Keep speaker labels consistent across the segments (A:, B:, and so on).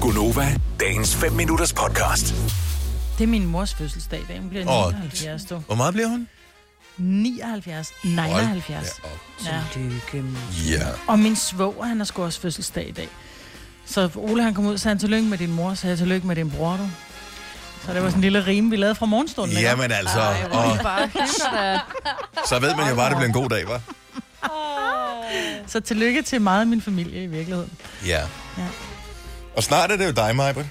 A: Gunova, dagens 5 minutters podcast.
B: Det er min mors fødselsdag i dag. Hun bliver
C: Åh,
B: 79, du.
C: Hvor meget bliver hun?
B: 79? 79.
C: Hold da op.
B: Ja.
D: Lykke.
C: Ja.
B: Og min svoger, han har sgu også fødselsdag i dag. Så Ole, han kom ud og sagde, tillykke med din mor, så jeg tillykke med din bror, du. Så det var sådan en lille rime, vi lavede fra morgenstunden. ikke?
C: Jamen altså, og så ved man jo bare, at det bliver en god dag, hva'?
B: Så tillykke til meget af min familie i virkeligheden.
C: Ja.
B: Ja.
C: Og snart er det jo dig, Majbert.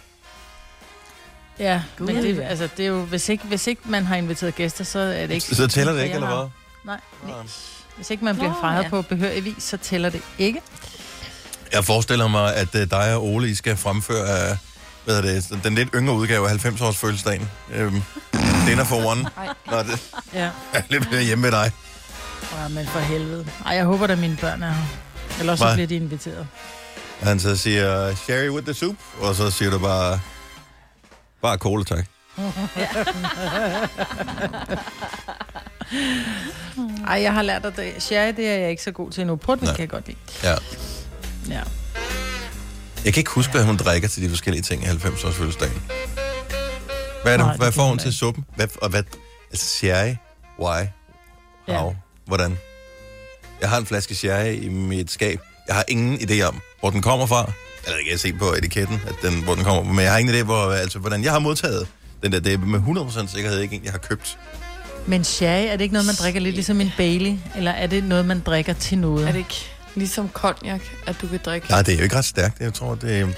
B: Ja, God, men det,
D: ja.
B: altså, det er jo, hvis ikke, hvis ikke man har inviteret gæster, så er det ikke...
C: Så tæller det
B: Jeg
C: ikke, eller
B: har-
C: hvad?
B: Nej. Hvis ikke man bliver
D: Nå,
B: fejret
D: ja.
B: på behørig vis, så tæller det ikke.
C: Jeg forestiller mig, at øh, dig og Ole, I skal fremføre øh, hvad er det, den lidt yngre udgave af 90-års fødselsdagen. Øhm, dinner for one. Når det
B: Ja.
C: er lidt mere hjemme med dig.
B: Ja, men for helvede. Ej, jeg håber da, mine børn er her. Ellers så
C: Hvad?
B: bliver de inviteret.
C: Og han så siger, Sherry with the soup. Og så siger du bare, bare cola, tak.
B: Ej, jeg har lært at det. Sherry, det er jeg ikke så god til endnu. Portvin
C: Nej.
B: kan jeg godt lide.
C: Ja.
B: Ja.
C: Jeg kan ikke huske, hvad hun drikker til de forskellige ting i 90-års fødselsdagen. Hvad, er det,
B: Nej, det
C: hvad
B: kan
C: får hun
B: hun
C: til
B: ikke.
C: suppen? Hvad, og hvad, altså sherry, why,
B: Ja.
C: how, hvordan? Jeg har en flaske sherry i mit skab. Jeg har ingen idé om, hvor den kommer fra. Eller det kan jeg se på etiketten, at den, hvor den kommer fra. Men jeg har ingen idé, hvor, altså, hvordan jeg har modtaget den der. Det er med 100% sikkerhed ikke en, jeg har købt.
B: Men sherry, er det ikke noget, man drikker lidt ligesom en Bailey? Eller er det noget, man drikker til noget?
E: Er det ikke ligesom cognac, at du kan drikke?
C: Nej, det er jo ikke ret stærkt. Jeg tror, det...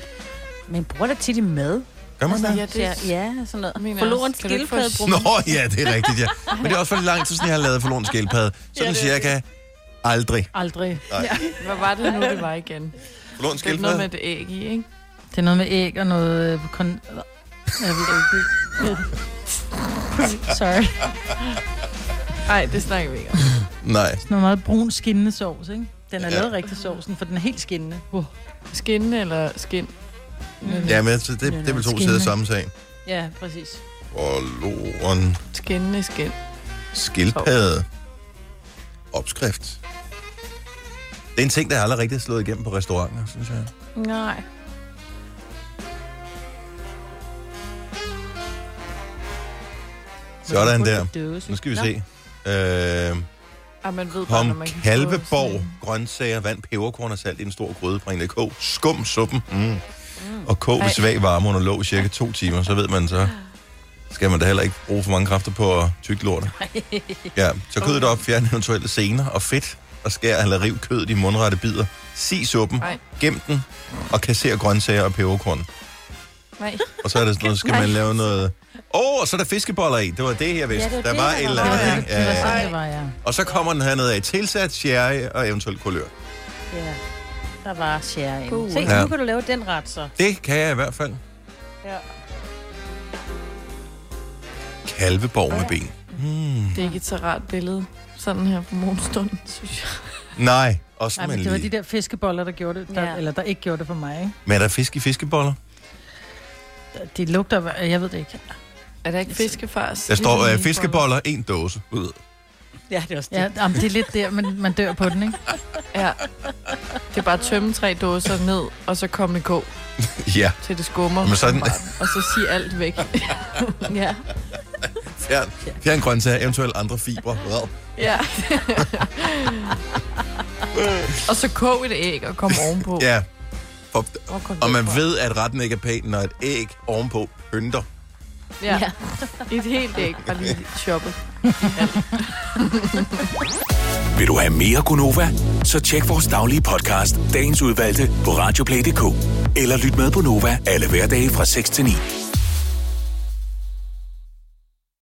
D: Men bruger det tit i mad?
C: Gør
B: Altså,
C: man det?
E: Ja, det er...
D: Ja, sådan noget.
E: Mener
D: Forloren
E: også, kan du ikke få-
D: skildpadde bruger
C: Nå,
D: man.
C: ja, det er rigtigt, ja. Men det er også for lang tid, siden jeg har lavet forlån skildpadde. Sådan
B: det er
C: cirka aldrig.
B: Aldrig.
E: Hvad var det nu, det var igen?
C: Forlån
E: Det er noget med
C: skildpadde?
E: et æg i, ikke?
B: Det er noget med æg og noget... øh, Kon... Jeg ved det ikke. Sorry.
E: Nej, det snakker vi ikke om.
C: Nej.
B: Noget meget brun skinnende sovs, ikke? Den er
C: Ja.
B: lavet rigtig sovsen, for den er helt skinnende. Uh.
E: Skinne eller skin?
C: Ja, men altså, det, det, det er vel to sider af samme sag.
B: Ja, præcis.
C: Forlån
E: Skinnende skin.
C: skildpadde. Opskrift. Det er en ting, der aldrig rigtig er slået igennem på restauranter, synes jeg.
E: Nej.
C: Sådan der.
B: Døse.
C: Nu skal vi se. Øh,
E: Ah, man ved bare, når
C: Pom
E: man kan få sådan
C: Kalveborg,
E: en-
C: grøntsager, vand, peberkorn og salt i en stor gryde, bring det i kog, skum suppen, mm. og kog ved
E: Ej.
C: svag varme under låg i cirka to timer, så ved man så, skal man da heller ikke bruge for mange kræfter på at tygge lortet. Ja, så kødet op, fjern eventuelle sener og fedt, og skær eller riv kødet i mundrette bidder. Si suppen,
E: Ej.
C: gem den, og kasser grøntsager og peberkorn.
E: Nej,
C: Og så er der sådan noget, skal man lave noget... Åh, oh, og så er der fiskeboller i. Det var det, jeg vidste.
D: Ja, det
C: der
D: var
C: var
D: det,
C: et
D: der
C: eller
D: var.
C: andet,
B: Det
C: ikke?
B: var
C: Ja.
B: sådan, det var, ja.
C: Og så kommer den hernede af tilsat, sherry og eventuelt kulør.
D: Ja. Der var sherry.
E: Uh.
D: Se,
C: Ja.
D: nu kan du lave den ret, så.
C: Det kan jeg i hvert fald.
D: Ja.
C: Kalveborg med ben. Mm.
E: det er ikke et så rart billede. Sådan her på morgenstunden, synes jeg.
C: Nej, også
B: Nej,
C: Nej,
B: men
C: men
B: det var de
C: lige.
B: der fiskeboller, der gjorde det, der, ja.
D: Ja.
B: eller der ikke gjorde det for mig, ikke?
C: Men er der fisk i fiskeboller?
B: Det lugter, jeg ved det ikke.
E: Er der ikke fiskefars?
C: Der står øh, fiskeboller, en dåse. Ud.
D: Ja, det er også Altså, det.
B: Ja,
D: Ja.
B: jamen, det er lidt der, man, man dør på den, ikke?
E: Ja. Det er bare at tømme tre dåser ned, og så komme i kog
C: Ja,
E: til det skummer.
C: Men sådan-
E: Og så sige alt væk.
D: ja.
C: fjern, fjern grøntsager, eventuelt andre fibre. Wow.
E: Ja. og så kog et æg og kom ovenpå.
C: Ja, For,
E: Hvor kom
C: og
E: det
C: man
E: fra?
C: ved, at retten ikke er pæn, når et æg ovenpå pynter.
E: Ja.
D: Ja.
E: ja. Et helt æg, bare lige shoppet.
A: Vil du have mere Gunova? Så tjek vores daglige podcast, dagens udvalgte, på radioplay.dk. Eller lyt med på Nova alle hverdage fra 6 til 9.